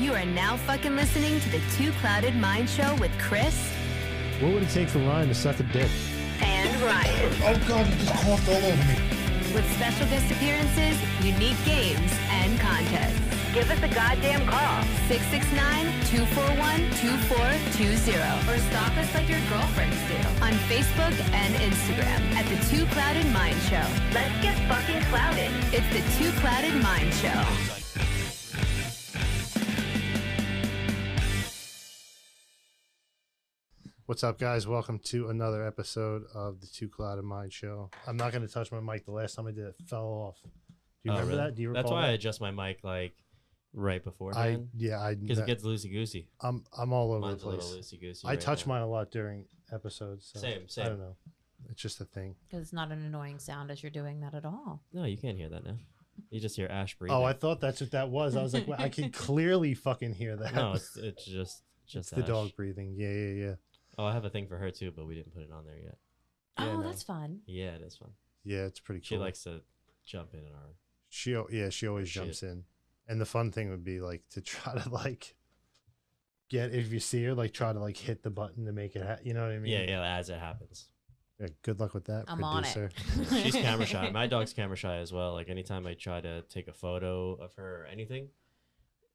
You are now fucking listening to the Two Clouded Mind Show with Chris What would it take for Ryan to suck a dick? and Ryan. Oh god, you just coughed all over me. With special guest appearances, unique games, and contests. Give us a goddamn call. 669-241-2420. Or stalk us like your girlfriends do. On Facebook and Instagram at the Two Clouded Mind Show. Let's get fucking clouded. It's the Two Clouded Mind Show. What's up, guys? Welcome to another episode of the Two Cloud of Mind show. I'm not going to touch my mic. The last time I did it, it fell off. Do you Oh, remember really? that? Do you recall That's why I that? adjust my mic like right before I yeah, I because that- it gets loosey goosey. I'm I'm all over Mine's the a little place. loosey goosey. I touch mine a lot during episodes. So Same, same. I don't know. It's just a thing. Because it's not an annoying sound as you're doing that at all. No, you can't hear that now. You just hear Ash breathing. Oh, I thought that's what that was. I was like, well, I can clearly fucking hear that. no, it's, it's just It's just the Ash. dog breathing. Yeah, yeah, yeah. Oh, I have a thing for her too, but we didn't put it on there yet. Yeah, oh, no. that's fun. Yeah, it is fun. Yeah, it's pretty cool. She likes to jump in our. She al- yeah, she always Shit. jumps in. And the fun thing would be like to try to like get if you see her like try to like hit the button to make it ha- you know what I mean? Yeah, yeah, as it happens. Yeah, good luck with that I'm on it. producer. She's camera shy. My dog's camera shy as well. Like anytime I try to take a photo of her or anything,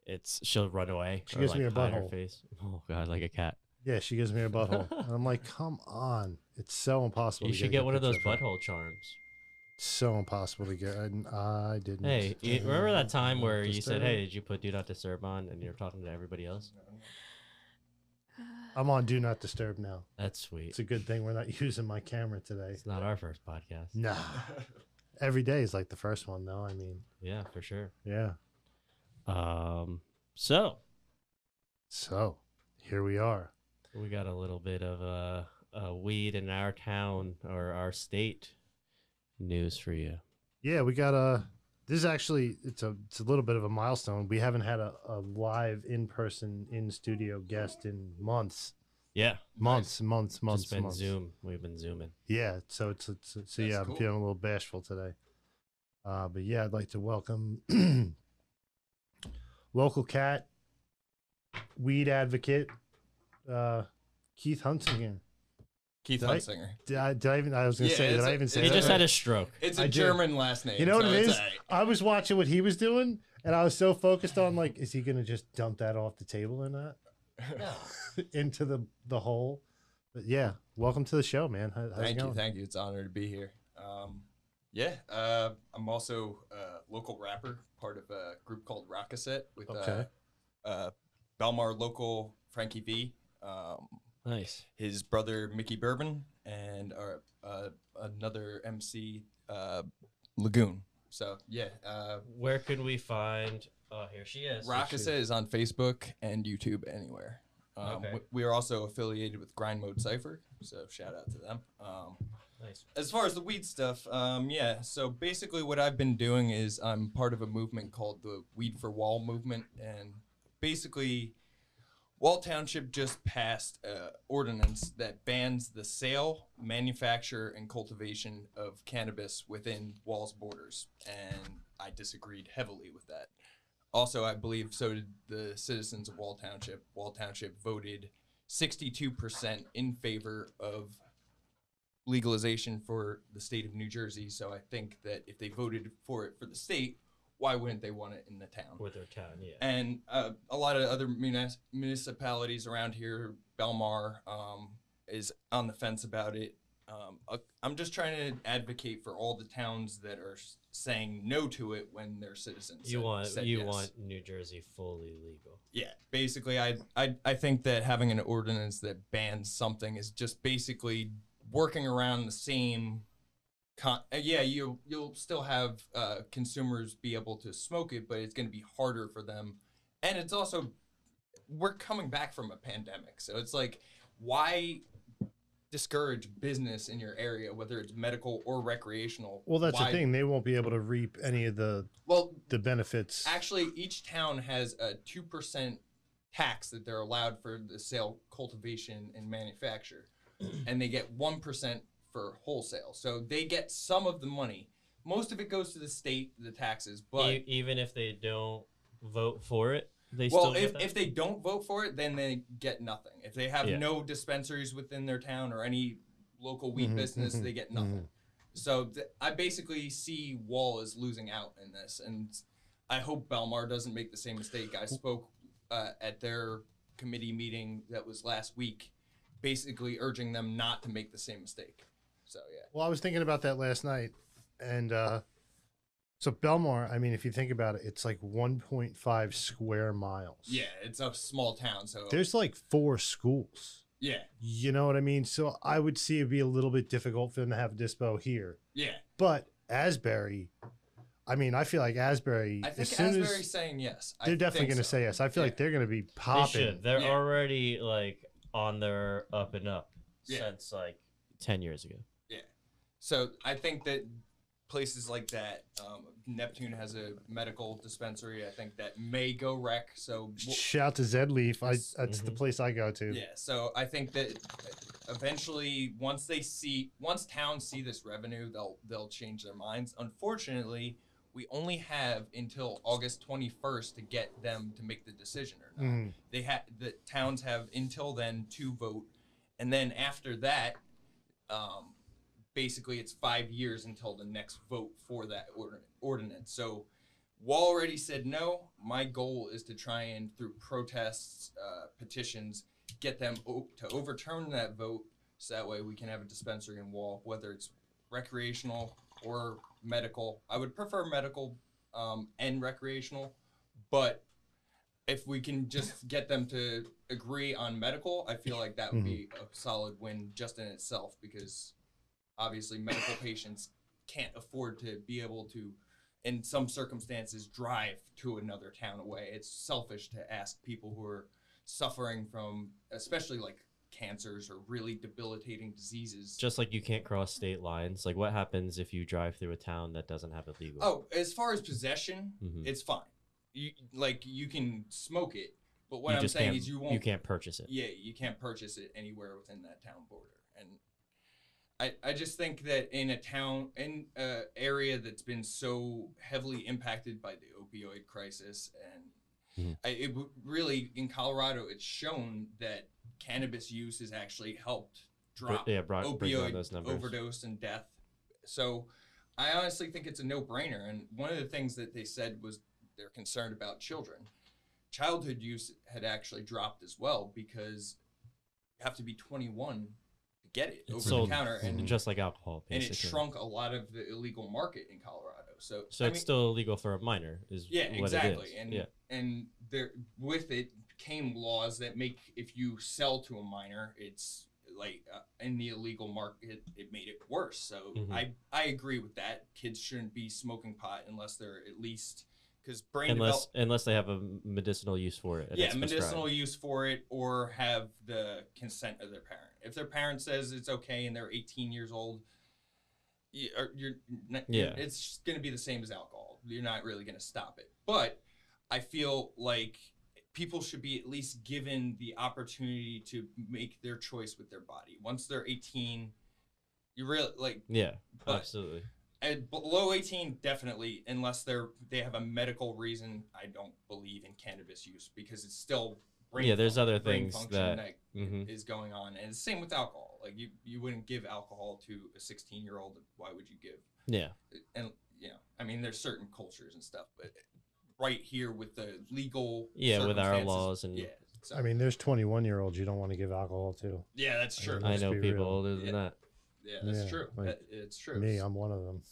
it's she'll run away. She or, gives like, me her hide her butthole. face. Oh god, like a cat. Yeah, she gives me a butthole. and I'm like, "Come on. It's so impossible." You to should a get good one of those picture her. butthole charms. It's so impossible to get. And I didn't. Hey, you remember that time where you Disturb. said, "Hey, did you put Do Not Disturb on?" and you're talking to everybody else? I'm on do not disturb now. That's sweet. It's It's, a good thing we're not using my camera today. not our first podcast. Nah. Every day is like the first one though. I mean, Yeah, for sure. yeah. Um, so So, here we are. we got a little bit of a, a weed in our town or our state news for you. Yeah, we got a. This is actually it's a it's a little bit of a milestone. We haven't had a, a live in person in studio guest in months, Yeah, months, months, months, just been months. Zoom. We've been zooming. Yeah, so it's, it's so yeah, I'm cool. feeling a little bashful today. Uh, but yeah, I'd like to welcome local cat weed advocate uh, Keith Hunsinger. Keith Did I- Hunsinger. Did I, did I even? I was gonna Yeah, say. Did it's I a- even say? He that just right? had a stroke. It's I a do. German last name. You know what so it it's is? alright. I was watching what he was doing, and I was so focused on like, is he gonna just dump that off the table or not? Into the the hole. But yeah, welcome to the show, man. How, how's it Thank going? you, thank you. It's an honor to be here. Um, yeah, uh, I'm also a local rapper, part of a group called Rockaset with Okay. uh, uh, Belmar local Frankie V, um, Nice. his brother Mickey Bourbon, and our, uh, another MC uh, Lagoon. So yeah, uh, Where can we find? Oh, here she is. Rockasa is on Facebook and YouTube anywhere. Um, Okay. we, we are also affiliated with Grind Mode Cipher, so shout out to them. Um, Nice. as far as the weed stuff, um, yeah. So basically, what I've been doing is I'm part of a movement called the Weed for Wall movement, and basically, Wall Township just passed an ordinance that bans the sale, manufacture, and cultivation of cannabis within Wall's borders, and I disagreed heavily with that. Also, I believe so did the citizens of Wall Township. Wall Township voted 62% in favor of legalization for the state of New Jersey. So I think that if they voted for it for the state, why wouldn't they want it in the town? With her town, yeah. and uh, a lot of other munis- municipalities around here, Belmar um, is on the fence about it. Um, uh, I'm just trying to advocate for all the towns that are s- saying no to it when their citizens You said- want said you yes. want New Jersey fully legal. Yeah, basically, I, I I think that having an ordinance that bans something is just basically working around the same. Con- uh, yeah, you you'll still have uh, consumers be able to smoke it, but it's going to be harder for them, and it's also we're coming back from a pandemic, so it's like why discourage business in your area, whether it's medical or recreational? Well, that's Why- the thing. They won't be able to reap any of the Well, the benefits. Actually, each town has a two percent tax that they're allowed for the sale, cultivation, and manufacture, and they get one percent for wholesale. So they get some of the money. Most of it goes to the state, the taxes, but E- even if they don't vote for it, They Well, still get if, that? if they don't vote for it, then they get nothing. If they have Yeah. no dispensaries within their town or any local weed Mhm, business, mhm, they get nothing. mm-hmm. So th- I basically see Wall as losing out in this, and I hope Belmar doesn't make the same mistake. I spoke uh, at their committee meeting that was last week, basically urging them not to make the same mistake. So yeah, Well, I was thinking about that last night, and uh, so Belmar. I mean, if you think about it, it's like 1.5 square miles. yeah, it's a small town, so there's like four schools. yeah, You know what I mean? So I would see it'd be a little bit difficult for them to have a dispo here, yeah. but Asbury. I mean, I feel like Asbury. I think as soon Asbury's as saying yes. I they're definitely think going to so. say yes, I feel Yeah. like they're going to be They popping. should. They're Yeah. already like on their up and up Yeah. since like ten years ago. So I think that places like that, um, Neptune has a medical dispensary. I think that may go wreck. So w- Shout to Zed Leaf. I, that's Yes. the Mhm. place I go to. yeah, so I think that eventually, once they see, once towns see this revenue, they'll they'll change their minds. Unfortunately, we only have until August twenty first to get them to make the decision or not. Mhm. They have the towns have until then to vote, and then after that, um, basically it's five years until the next vote for that ord- ordinance. So Wall already said no. My goal is to try and through protests, uh, petitions, get them o- to overturn that vote, so that way we can have a dispensary in Wall, whether it's recreational or medical. I would prefer medical um, and recreational, but if we can just get them to agree on medical, I feel like that would be a solid win just in itself because obviously medical patients can't afford to be able to in some circumstances drive to another town away. It's selfish to ask people who are suffering from especially like cancers or really debilitating diseases Just like you can't cross state lines. Like what happens if you drive through a town that doesn't have it legal? Oh, as far as possession, Mhm. it's fine. You like you can smoke it, but what you I'm just saying can't, is you won't. You can't purchase it. Yeah, you can't purchase it anywhere within that town border, and I I just think that in a town in a area that's been so heavily impacted by the opioid crisis and. Mhm. I, it w- really in Colorado, it's shown that cannabis use has actually helped Br- drop yeah, bro- break down opioid those numbers. overdose and death. So I honestly think it's a no-brainer. And one of the things that they said was they're concerned about children. Childhood use had actually dropped as well because you have to be 21 to get it It's over sold the counter, and just like alcohol, and basically. it shrunk a lot of the illegal market in Colorado. So So I it's mean- still illegal for a minor, is yeah, what exactly. it is. And yeah, and there with it came laws that make if you sell to a minor, it's like uh, in the illegal market, it made it worse. So Mhm. I I agree with that. Kids shouldn't be smoking pot unless they're at least because brain unless develop- unless they have a medicinal use for it. and yeah it's medicinal prescribed. use for it or have the consent of their parent. If their parent says it's okay and they're 18 years old. you- or You're, not- Yeah. it's going to be the same as alcohol. You're not really going to stop it. But I feel like people should be at least given the opportunity to make their choice with their body. Once they're 18, you really like Yeah, But- absolutely. at below 18 definitely unless they're they have a medical reason. I don't believe in cannabis use because it's still Yeah, there's other brain things function that- that Mhm. is going on. And it's same with alcohol. Like you you wouldn't give alcohol to a 16-year-old. Why would you give Yeah, and you know, I mean, there's certain cultures and stuff, but right here with the legal, Yeah, with our circumstances- laws and- yeah, so, I mean, there's 21 year olds you don't want to give alcohol to. yeah, that's I mean, true. I Let's know be people real. older than Yeah. that. yeah, that's yeah, true. like, That- it's true. Me, I'm one of them.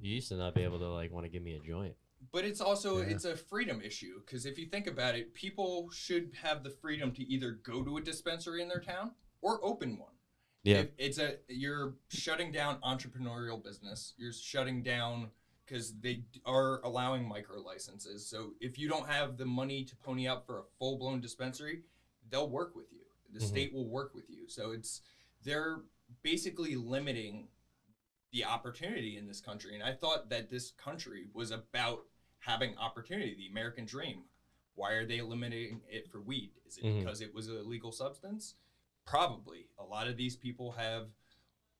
You used to not be able to like want to give me a joint. but it's also Yeah. it's a freedom issue because if you think about it, people should have the freedom to either go to a dispensary in their town or open one. Yeah, If it's a you're shutting down entrepreneurial business. You're shutting down because they d- are allowing micro licenses. So if you don't have the money to pony up for a full blown dispensary, they'll work with you. The Mhm. state will work with you. So it's they're basically limiting the opportunity in this country. And I thought that this country was about having opportunity, the American dream. Why are they eliminating it for weed? Is it Mhm. because it was a legal substance? Probably. A lot of these people have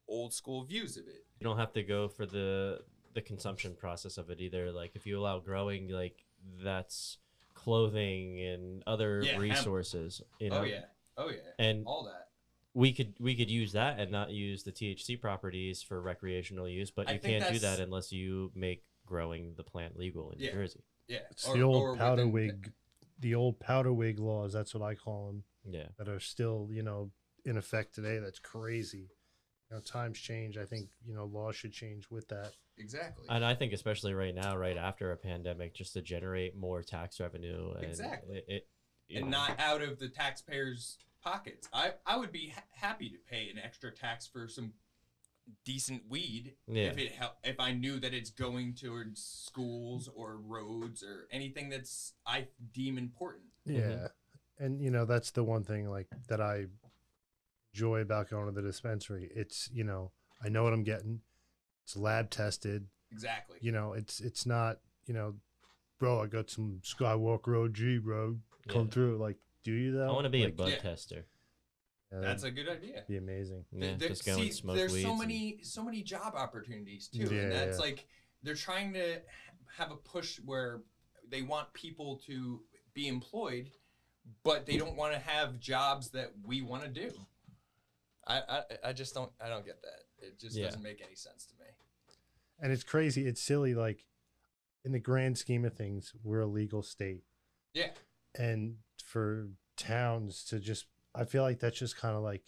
old school views of it. you don't have to go for the the consumption process of it either. Like if you allow growing, like that's clothing and other Yeah, hemp. resources. You know, Oh yeah. Oh yeah. and All that. we could we could use that and not use the THC properties for recreational use, but I you think can't do that's- that unless you make growing the plant legal in Yeah. New Jersey. Yeah. It's Or- the old or powder within- wig, the old powder wig laws. That's what I call them. Yeah, That are still, you know, in effect today. That's crazy. You know, times change. I think you know laws should change with that. Exactly. and I think especially right now, right after a pandemic, just to generate more tax revenue and Exactly. it, it you and know, not out of the taxpayers' pockets. I, I would be ha- happy to pay an extra tax for some decent weed Yeah. if it hel- if I knew that it's going towards schools or roads or anything that's I deem important. Mm-hmm. Yeah. And you know, that's the one thing like that I enjoy about going to the dispensary. It's, you know, I know what I'm getting. It's lab tested. Exactly. You know, it's it's not, you know, bro, I got some Skywalk Road G, bro. Come Yeah. through. Like, do you though? I want to be Like, a bud Yeah. tester. yeah, That's that'd a good idea. be amazing. Yeah, There- there- just go and see, smoke there's weeds. so and- many so many job opportunities too, Yeah, and that's yeah. like they're trying to have a push where they want people to be employed, but they don't want to have jobs that we want to do. I, I I just don't I don't get that. It just Yeah. doesn't make any sense to me. And it's crazy. It's silly. Like, in the grand scheme of things, we're a legal state. Yeah, and for towns to just i feel like that's just kind of like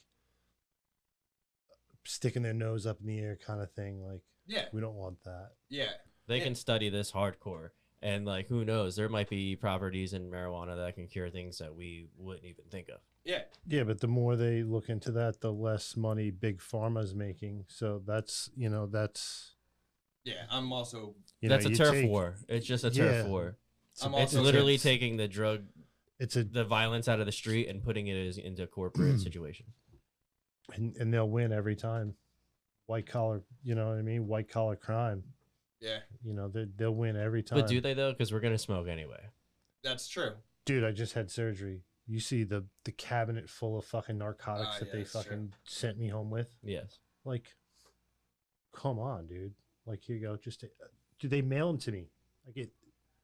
sticking their nose up in the air kind of thing like yeah, we don't want that yeah. they Yeah. can study this hardcore and like who knows there might be properties in marijuana that can cure things that we wouldn't even think of Yeah, yeah but the more they look into that the less money big pharma's making so that's you know that's yeah. I'm also you know, that's a you turf take- war it's just a turf Yeah. war it's, I'm a- all- it's Also literally tips. taking the drug it's a the violence out of the street and putting it as, into a corporate situation and, and they'll win every time white collar you know what i mean white collar crime yeah. you know they- they'll win every time but do they though because we're gonna smoke anyway That's true. dude, I just had surgery. You see the the cabinet full of fucking narcotics Ah, that yeah, they that's true. fucking sent me home with. yes Like, come on, dude. Like, here you go. Just take, do they mail them to me? Like it.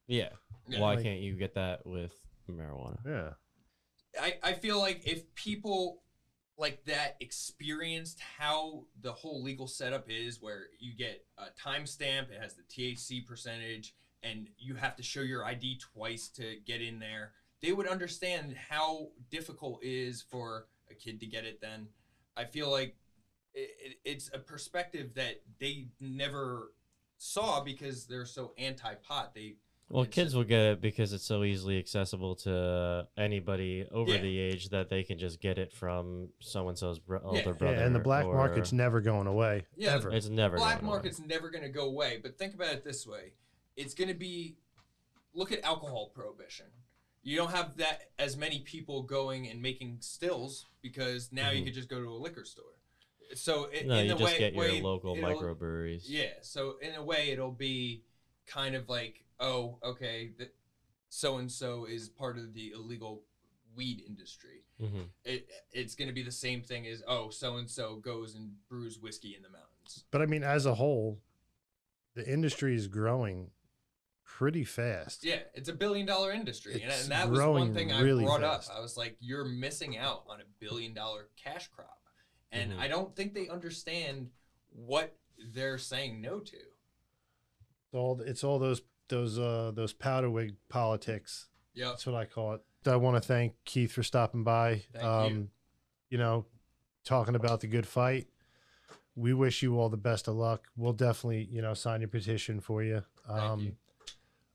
yeah, Yeah. why Like- can't you get that with marijuana Yeah. I, I feel like if people like that experienced how the whole legal setup is where you get a timestamp it has the thc percentage and you have to show your id twice to get in there they would understand how difficult it is for a kid to get it then i feel like it, it, it's a perspective that they never saw because they're so anti-pot they well It's- kids will get it because it's so easily accessible to anybody over Yeah. the age that they can just get it from so-and-so's bro- Yeah. older Yeah, brother yeah. And the black or- market's never going away. Yeah, Ever. It's never black going away. market's never going to go away but think about it this way it's going to be look at alcohol prohibition you don't have that as many people going and making stills because now you Mhm. could just go to a liquor store so i- No, in you the just way, get your way local it'll- microbreweries. yeah so in a way it'll be kind of like oh okay that so and so is part of the illegal weed industry hmm it, it's going to be the same thing as oh so and so goes and brews whiskey in the mountains But I mean, as a whole, the industry is growing pretty fast. Yeah, it's a billion dollar industry. And, It's and that was one growing thing really I brought fast. up. I was like, you're missing out on a billion dollar cash crop. And Mhm. Mm-hmm. I don't think they understand what they're saying no to. It's all it's all those those uh those powder wig politics. Yep. That's what I call it. I want to thank Keith for stopping by. Thank you. um, you. know, talking about the good fight. We wish you all the best of luck. We'll definitely, you know, sign your petition for you. Thank Um, you.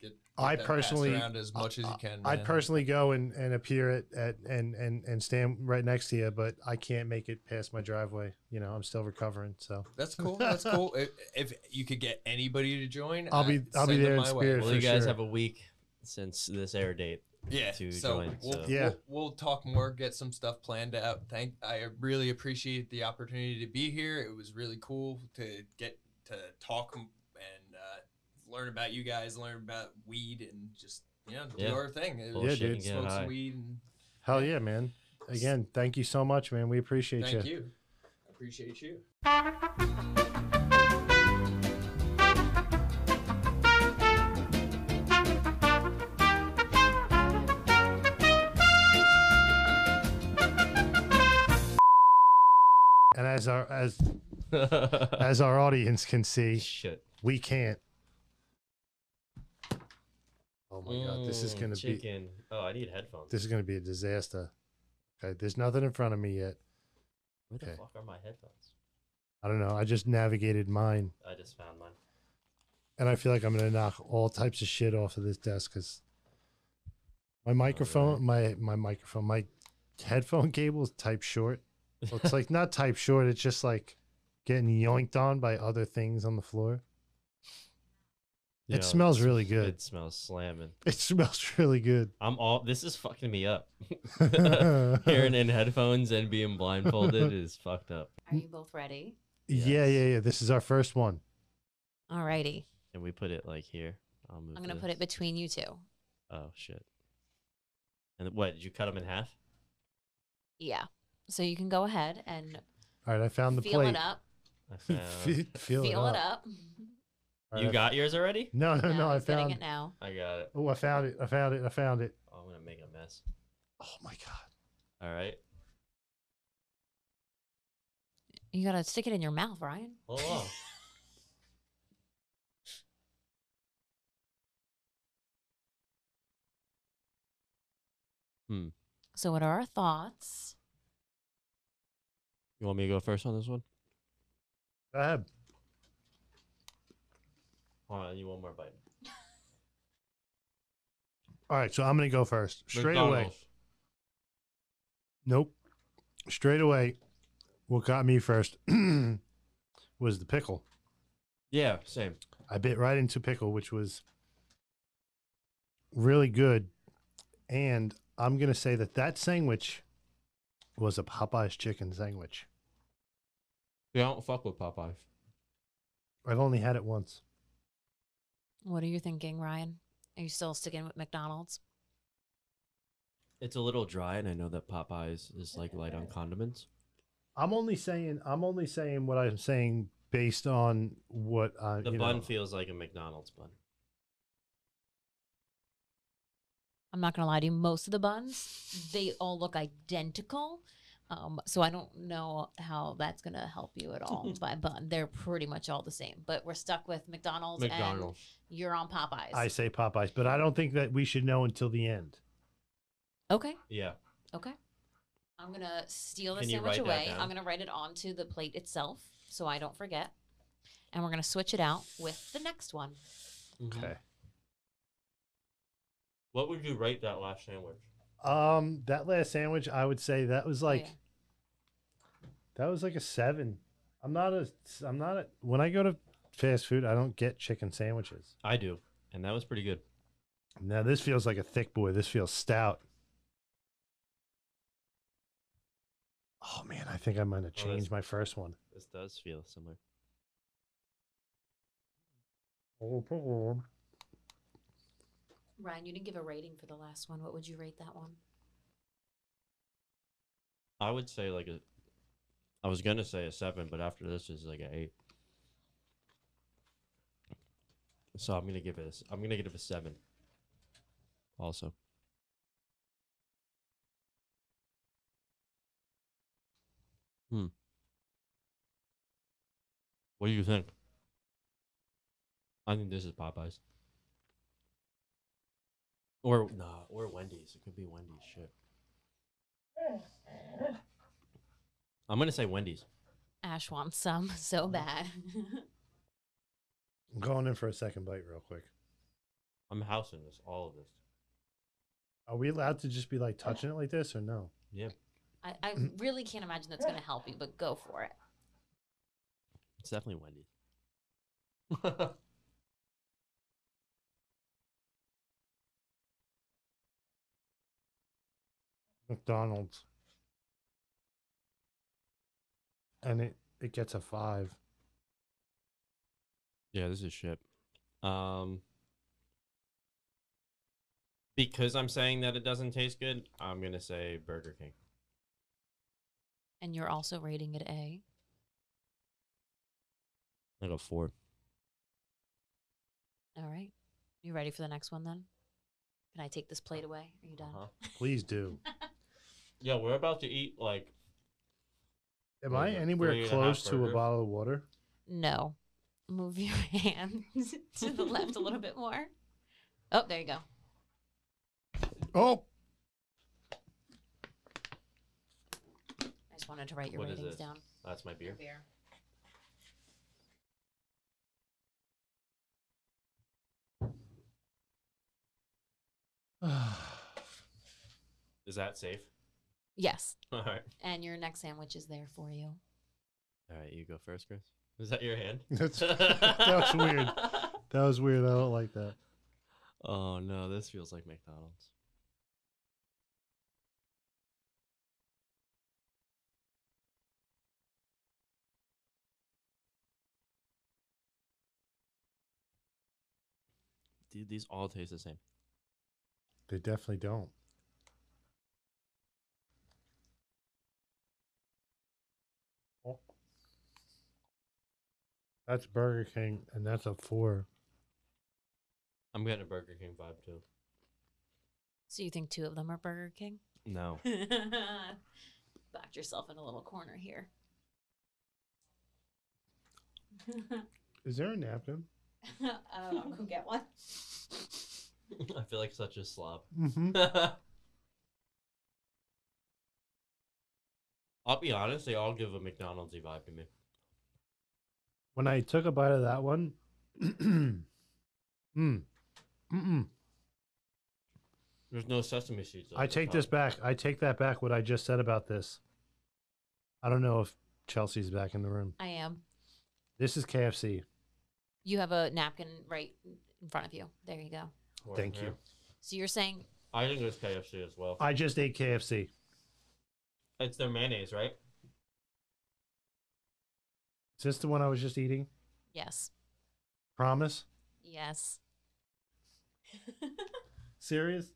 Get, get I that passed personally- around as much as you can. I'd man. personally go and, and appear at, at and, and and stand right next to you, but I can't make it past my driveway. You know, I'm still recovering, so That's cool. That's cool. if, if you could get anybody to join, I'll be- I'd I'll be send them there in my way. spirit. Well, For you guys sure. have a week since this air date. yeah to so join, We'll, so- Yeah. We'll, we'll talk more get some stuff planned out thank i really appreciate the opportunity to be here it was really cool to get to talk and uh, learn about you guys learn about weed and just you know do Yeah. our thing It Bullshit was- dude. and get smoke high. some weed and hell yeah, man. Again, thank you so much, man. We appreciate thank you. you I appreciate you as our as as our audience can see, Shit. we can't. Oh my god, this is Mm, gonna be chicken. Oh, I need headphones. this is gonna be a disaster. Okay, there's nothing in front of me yet. Where the okay. fuck are my headphones? I don't know. I just navigated mine, I just found mine. and I feel like I'm gonna knock all types of shit off of this desk because my microphone, my my microphone, my headphone cable is type short. Well, it's like not type short. It's just like getting yoinked on by other things on the floor. Yo, it smells really good. It smells slamming. It smells really good. I'm all. This is fucking me up. Hearing in headphones and being blindfolded is fucked up. Hmm? Are you both ready? Yeah, yeah, yeah. This is our first one. All righty. Can we put it like here? I'll move I'm gonna put it this. between you two. Oh shit. And what? Did you cut them in half? Yeah. So you can go ahead and All right, I found the feel plate. it up. I Fe- found. feel, Feel it up. All you right, I- got yours already? No, no, no. Now I he's getting found. it now. I got it. Oh, I found it. I found it. I found it. Oh, I'm gonna make a mess. Oh my god. All right. You gotta stick it in your mouth, Ryan. Hold on. So what are our thoughts? you want me to go first on this one? Go ahead. Hold on. I need one more bite. All right, so I'm gonna go first. Straight away. Nope. Straight away. What got me first was the pickle. Yeah. Same. I bit right into pickle, which was really good. And I'm gonna say that that sandwich was a Popeyes chicken sandwich. Yeah, I don't fuck with Popeyes. I've only had it once. What are you thinking, Ryan? Are you still sticking with McDonald's? It's a little dry, and I know that Popeyes is like light on condiments. I'm only saying I'm only saying what I'm saying based on what I The Uh, you bun know. feels like a McDonald's bun. I'm not gonna lie to you. Most of the buns, they all look identical. Um, so I don't know how that's gonna help you at all by bun. They're pretty much all the same. But we're stuck with McDonald's, and McDonald's. you're on Popeyes. I say Popeyes, but I don't think that we should know until the end. okay, Yeah. okay. I'm gonna steal the Can you sandwich write that away. down? I'm gonna write it onto the plate itself so I don't forget. And we're gonna switch it out with the next one. Mhm. What would you rate that last sandwich? Um, that last sandwich, I would say that was like yeah. that was like a seven. I'm not a I'm not a when I go to fast food, I don't get chicken sandwiches. I do, and that was pretty good. Now this feels like a thick boy. This feels stout. Oh man, I think I might have that's- changed my first one. This does feel similar. Ryan, you didn't give a rating for the last one. What would you rate that one? I would say like a. I was gonna say a seven, but after this is like a eight. So I'm gonna give it. A, s- I'm gonna give it a seven. Also, hmm. What do you think? I think this is Popeyes. Or nah, or Wendy's. It could be Wendy's. Shit. I'm gonna say Wendy's. Ash wants some so bad. I'm going in for a second bite real quick. I'm housing this, all of this. Are we allowed to just be like touching it like this or no? Yeah, I, I really can't imagine that's going to help you, but go for it. it's definitely Wendy's. McDonald's. And it, it gets a five. yeah, this is shit. Um, because I'm saying that it doesn't taste good, I'm gonna say Burger King. And you're also rating it A. Like a four. All right. You ready for the next one then? Can I take this plate away? Are you done? Uh-huh. Please do. Yeah, we're about to eat like Am I Like a anywhere three and a half close to a burgers? bottle of water? No. Move your hand to the left a little bit more. Oh, there you go. Oh, I just wanted to write your What is ratings it? down. That's my beer. Beer. Is that safe? Yes. All right. And your next sandwich is there for you. All right, you go first, Chris. Is that your hand? That's- that was weird. that was weird. I don't like that. Oh no, this feels like McDonald's. Dude, these all taste the same. They definitely don't. That's Burger King, and that's a four. I'm getting a Burger King vibe too. So you think two of them are Burger King? No. Backed yourself in a little corner here. Is there a napkin? oh, I'll go get one. I feel like such a slob. Mm-hmm. I'll be honest, they all give a McDonald's vibe to me. When I took a bite of that one, mm, mm-mm. There's no sesame seeds. on I the take this top. back. I take that back. What I just said about this. I don't know if Chelsea's back in the room. I am. This is KFC. You have a napkin right in front of you. There you go. Right Thank here. you. So you're saying I think it's KFC as well. I just ate KFC. It's their mayonnaise, right? Is this the one I was just eating? yes. Promise? Yes. Serious?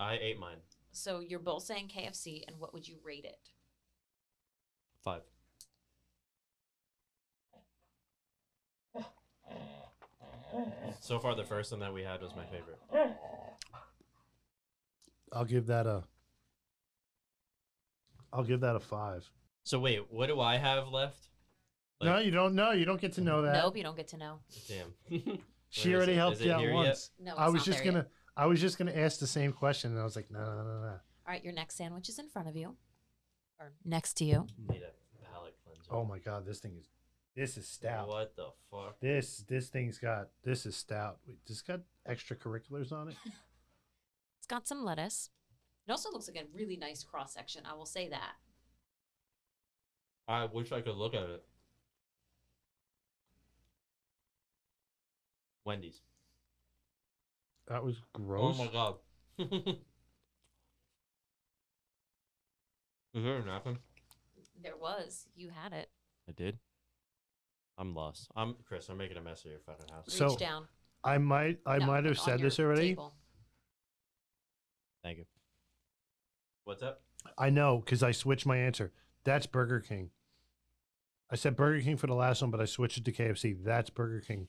I ate mine. So you're both saying KFC, and what would you rate it? Five. So far, the first one that we had was my favorite. I'll give that a. I'll give that a five. So wait, what do I have left? no, you don't know. You don't get to know that. Nope, you don't get to know. Damn. Where She is already it? helped Is it you out here yet? once. No, I it's was not just there gonna. yet. I was just gonna ask the same question, and I was like, no, no, no, no. All right, your next sandwich is in front of you, or next to you. Need a palate cleanser. Oh my god, this thing is. This is stout. What the fuck? This this thing's got. This is stout. Wait, this got extracurriculars on it. It's got some lettuce. It also looks like a really nice cross section. I will say that. I wish I could look at it. Wendy's. That was gross. Oh my god. Is there a napkin? There was. You had it. I did. I'm lost. I'm Chris. I'm making a mess of your fucking house. Reach So- down. I might. I No, might like have on said this your already. table. Thank you. What's up? I know because I switched my answer. That's Burger King. I said Burger King for the last one, but I switched it to KFC. That's Burger King.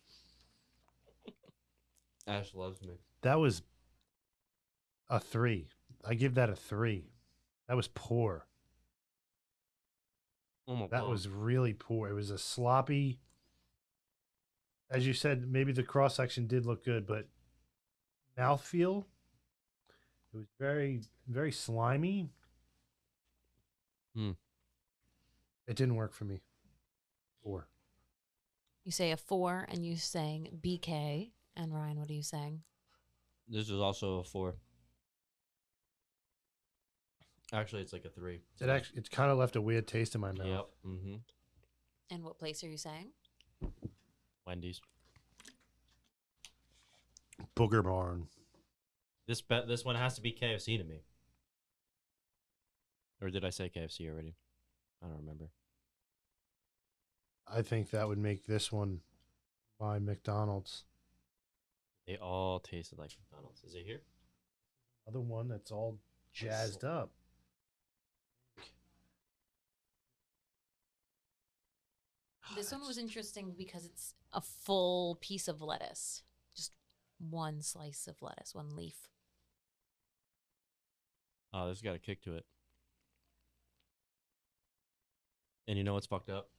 Ash loves me. That was a three. I give that a three. That was poor. Oh my That God. was really poor. It was a sloppy. As you said, maybe the cross section did look good, but mouthfeel. It was very, very slimy. Hmm. It didn't work for me. Four. You say a four, and you sang BK. And Ryan, what are you saying? This is also a four. Actually, it's like a three. It actually, it kind of left a weird taste in my mouth. Yep. Mm-hmm. And what place are you saying? Wendy's. Booger barn. This bet. This one has to be KFC to me. Or did I say KFC already? I don't remember. I think that would make this one by McDonald's. They all tasted like McDonald's. Is it here? Other one that's all jazzed up. This one was interesting because it's a full piece of lettuce, just one slice of lettuce, one leaf. Oh, this got a kick to it. And you know what's fucked up?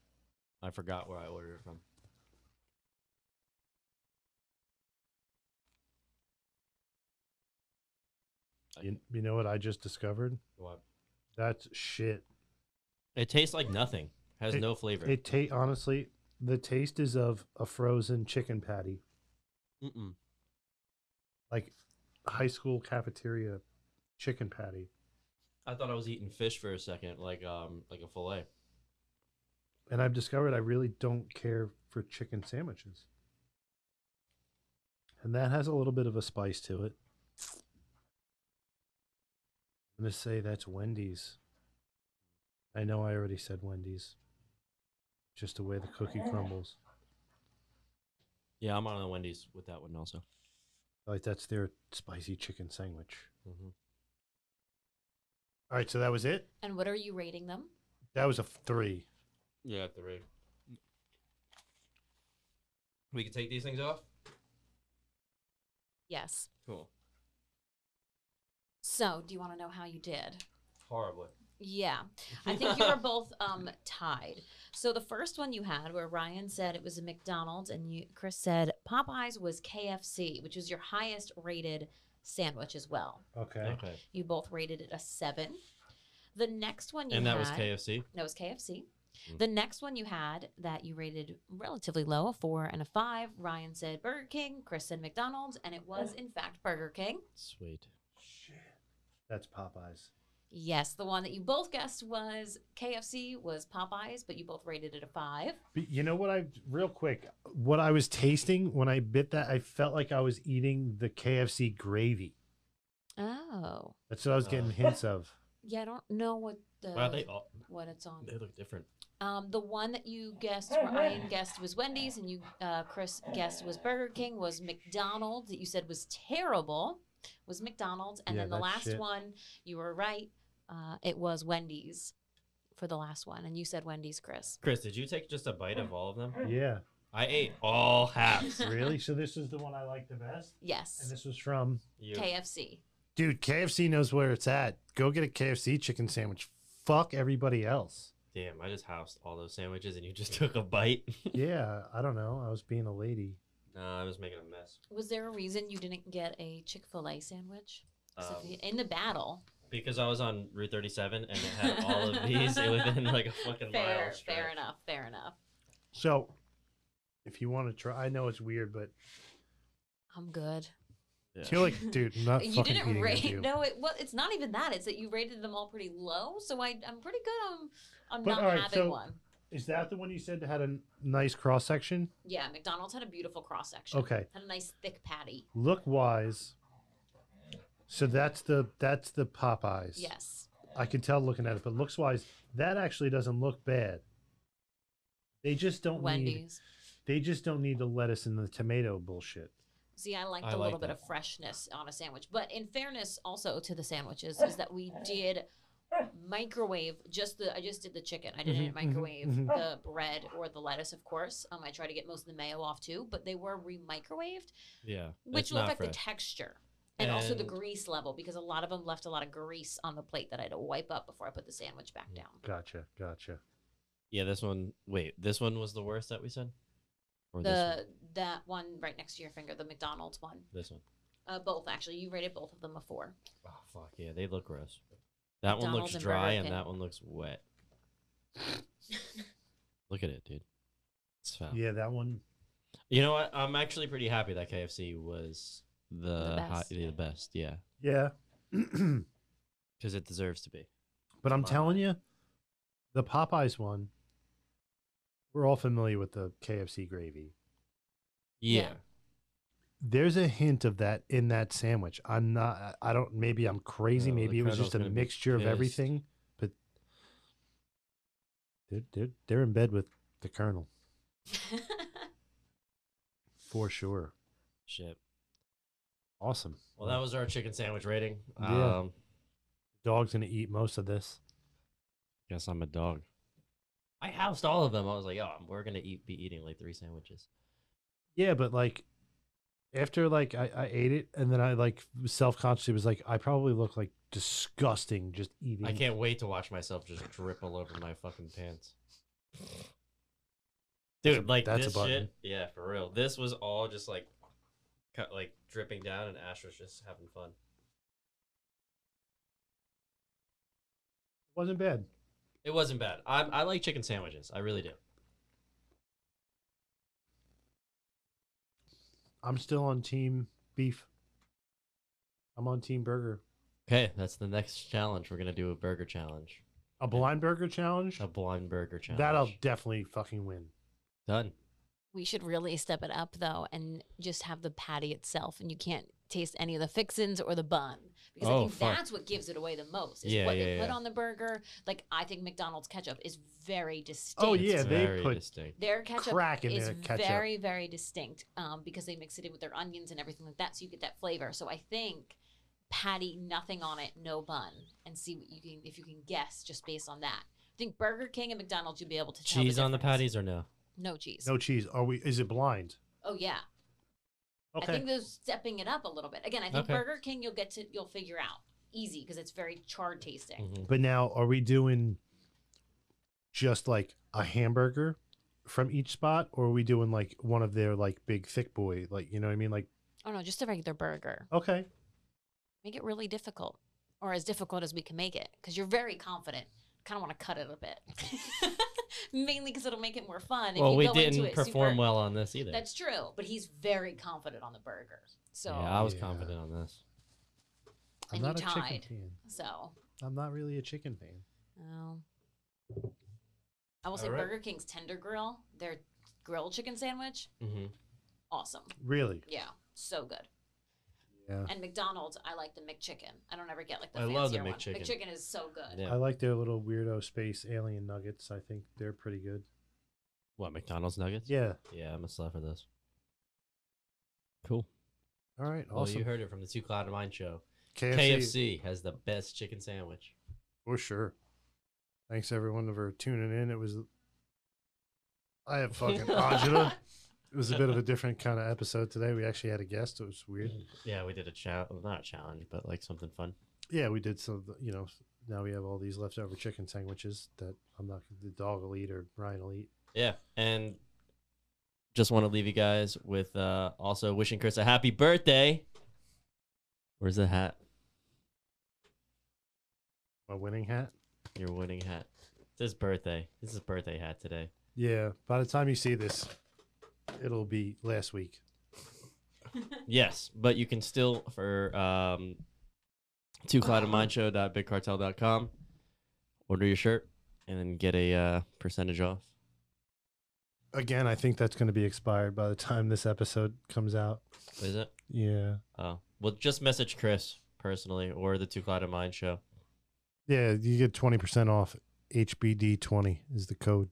I forgot where I ordered it from. You, you know what I just discovered? What? That's shit. It tastes like nothing. Has It- no flavor. It ta- honestly, the taste is of a frozen chicken patty, Mm-mm. like high school cafeteria chicken patty. I thought I was eating fish for a second, like um, like a fillet. And I've discovered I really don't care for chicken sandwiches. And that has a little bit of a spice to it. I'm going to say that's Wendy's. I know I already said Wendy's. Just the way the cookie crumbles. Yeah, I'm on the Wendy's with that one also. Like that's their spicy chicken sandwich. hmm All right, so that was it. And what are you rating them? That was a f- three. Yeah, three. We can take these things off. Yes. Cool. So, do you want to know how you did? Horribly. Yeah. I think you were both um, tied. So the first one you had, where Ryan said it was a McDonald's, and you, Chris said Popeyes was KFC, which was your highest rated sandwich as well. Okay. Okay. You both rated it a seven. The next one you And that had, was KFC. That was KFC. Mm. The next one you had that you rated relatively low, a four and a five. Ryan said Burger King, Chris said McDonald's, and it Mm. was in fact Burger King. Sweet. That's Popeyes. Yes, the one that you both guessed was KFC was Popeyes, but you both rated it a five. But you know what I real quick, what I was tasting when I bit that, I felt like I was eating the KFC gravy. Oh, That's what I was Oh. getting hints of. yeah, I don't know what the Wow, they all what it's on. they look different. Um, the one that you guessed, Ryan guessed was Wendy's, and you, uh, Chris guessed was Burger King, was McDonald's that you said was terrible, was McDonald's, and Yeah, then the that last shit. one you were right, uh, it was Wendy's, for the last one, and you said Wendy's, Chris. Chris, did you take just a bite Mm. of all of them? Yeah. I ate all halves. Really? So this is the one I like the best? And Yes, this was from You. KFC. Dude, KFC knows where it's at. Go get a KFC chicken sandwich. Fuck everybody else. Damn, I just housed all those sandwiches and you just took a bite. yeah, I don't know. I was being a lady. nah, I was making a mess. Was there a reason you didn't get a Chick Fil A sandwich? 'Cause if Um, you- in the battle, because I was on Route 37 and it had all of these within like a fucking fair, mile. stretch. fair enough, fair enough. So if you want to try, I know it's weird, but I'm good. Yeah. you're like, dude, I'm not you fucking didn't eating rate with you. no it well it's not even that it's that you rated them all pretty low so i i'm pretty good on i'm But, not all right, having so- one Is that the one you said had a n- nice cross section? yeah mcdonald's had a beautiful cross section Okay. had a nice thick patty Look wise. So that's the that's the Popeyes. yes I can tell looking at it, but looks wise, that actually doesn't look bad. They just don't need wendy's they just don't need the lettuce and the tomato bullshit. see i liked I a like little bit that. of freshness on a sandwich but in fairness also to the sandwiches is that we did microwave just the i just did the chicken i didn't Mm-hmm, Mhm, mhm, microwave mhm. the bread or the lettuce of course um i tried to get most of the mayo off too but they were re-microwaved Yeah. which it's will not affect the fresh. texture and, also the And- grease level because a lot of them left a lot of grease on the plate that I had to wipe up before I put the sandwich back down. Gotcha, gotcha. Yeah, this one. Wait, this one was the worst that we said? Or this one? The that one right next to your finger, the McDonald's one, This one. uh, both actually. You rated both of them a four. Oh, fuck. Yeah, they look gross. That one McDonald's looks and dry Burger and King. that one looks wet. look at it, dude. It's foul. Yeah, that one You know what? I'm actually pretty happy that KFC was the, The hi- best. the best. Yeah. yeah. but Because it deserves to be. I'm Popeye. telling you, the Popeyes one, we're all familiar with the KFC gravy. Yeah. Yeah. There's a hint of that in that sandwich. I'm not I don't maybe I'm crazy, Oh, the maybe it was Colonel's just a gonna be mixture of pissed. everything, but they're, they're they're in bed with the colonel for sure. Shit. Awesome. Well, that was our chicken sandwich rating. Yeah. Um, dog's gonna eat most of this. Guess I'm a dog. I housed all of them. I was like, oh, we're gonna eat, be eating like three sandwiches. Yeah, but like after like I, I ate it and then I like self consciously was like I probably look like disgusting just eating. I can't wait to watch myself just drip all over my fucking pants. dude. Like that's a this button. shit. Yeah, for real. This was all just like, cut, like dripping down, and Ash was just having fun. wasn't bad. It wasn't bad. I I like chicken sandwiches. I really do. I'm still on team beef. I'm on team burger. Okay, that's the next challenge. We're gonna do a burger challenge, A blind burger challenge? a blind burger challenge. That'll definitely fucking win. done. We should really step it up though, and just have the patty itself, and you can't taste any of the fixins or the bun because I Oh, think fuck. that's what gives it away the most. Is Yeah, what they yeah, put yeah. on the burger. Like I think McDonald's ketchup is very distinct. Oh, yeah, It's they very put- distinct. Their ketchup Crack in is their ketchup. very, very distinct um, because they mix it in with their onions and everything like that, so you get that flavor. So I think patty, nothing on it, no bun, and see what you can if you can guess just based on that. I think Burger King and McDonald's you'll be able to tell Cheese on the difference. patties or no? No cheese. No cheese. Are we is it blind? Oh yeah, I Okay. think they're stepping it up a little bit. Again, I think Okay. Burger King you'll get to you'll figure out easy because it's very charred tasting. Mhm. But now are we doing just like a hamburger from each spot or are we doing like one of their like big thick boy like you know what I mean like Oh no, just a regular burger. okay Make it really difficult, or as difficult as we can make it, because you're very confident. Kind of want to cut it a bit, mainly because it'll make it more fun. if Well, you we go into didn't it perform super- well on this either. That's true, but he's very confident on the burger. So, yeah, I was Yeah. confident on this. I'm And you not a chicken tied. fan. so I'm not really a chicken fan. um, I will say All right. Burger King's Tender Grill, their grilled chicken sandwich, hmm awesome. Really? Yeah, so good. Yeah. And McDonald's, I like the McChicken. I don't ever get like the Uh. I fancier love the one. McChicken. McChicken is so good. Yeah. I like their little weirdo space alien nuggets. I think they're pretty good. What McDonald's nuggets? Yeah. Yeah, I'm a slut for this. Cool. All right. Well, Awesome. you heard it from the Two Cloud of Mine show. KFC, KFC has the best chicken sandwich. for sure. Thanks everyone for tuning in. It was I have fucking agita. It was a bit of a different kind of episode today. We actually had a guest. It was weird. Yeah, we did a challenge, not a challenge, but like something fun. Yeah, we did some. of the- You know, now we have all these leftover chicken sandwiches that I'm not the dog will eat or Brian will eat. Yeah, and just want to leave you guys with uh, also wishing Chris a happy birthday. Where's the hat? My winning hat. Your winning hat. It's his birthday. This is his birthday hat today. Yeah. By the time you see this, it'll be last week. Yes, but you can still for um, two cloud of mind show.bigcartel.com order your shirt and then get a uh, percentage off. Again, I think that's going to be expired by the time this episode comes out. What is it? Yeah. Oh, well, just message Chris personally or the Two Cloud of Mind show. Yeah, you get 20% off. HBD20 is the code.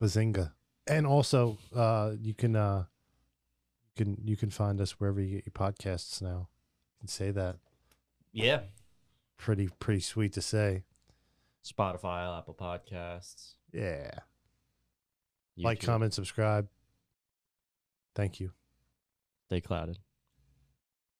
Bazinga. And also, uh, you can uh, you can you can find us wherever you get your podcasts now. You can say that. Yeah, Pretty pretty sweet to say. Spotify, Apple Podcasts, Yeah. Like, YouTube. comment, subscribe. Thank you. Stay clouded.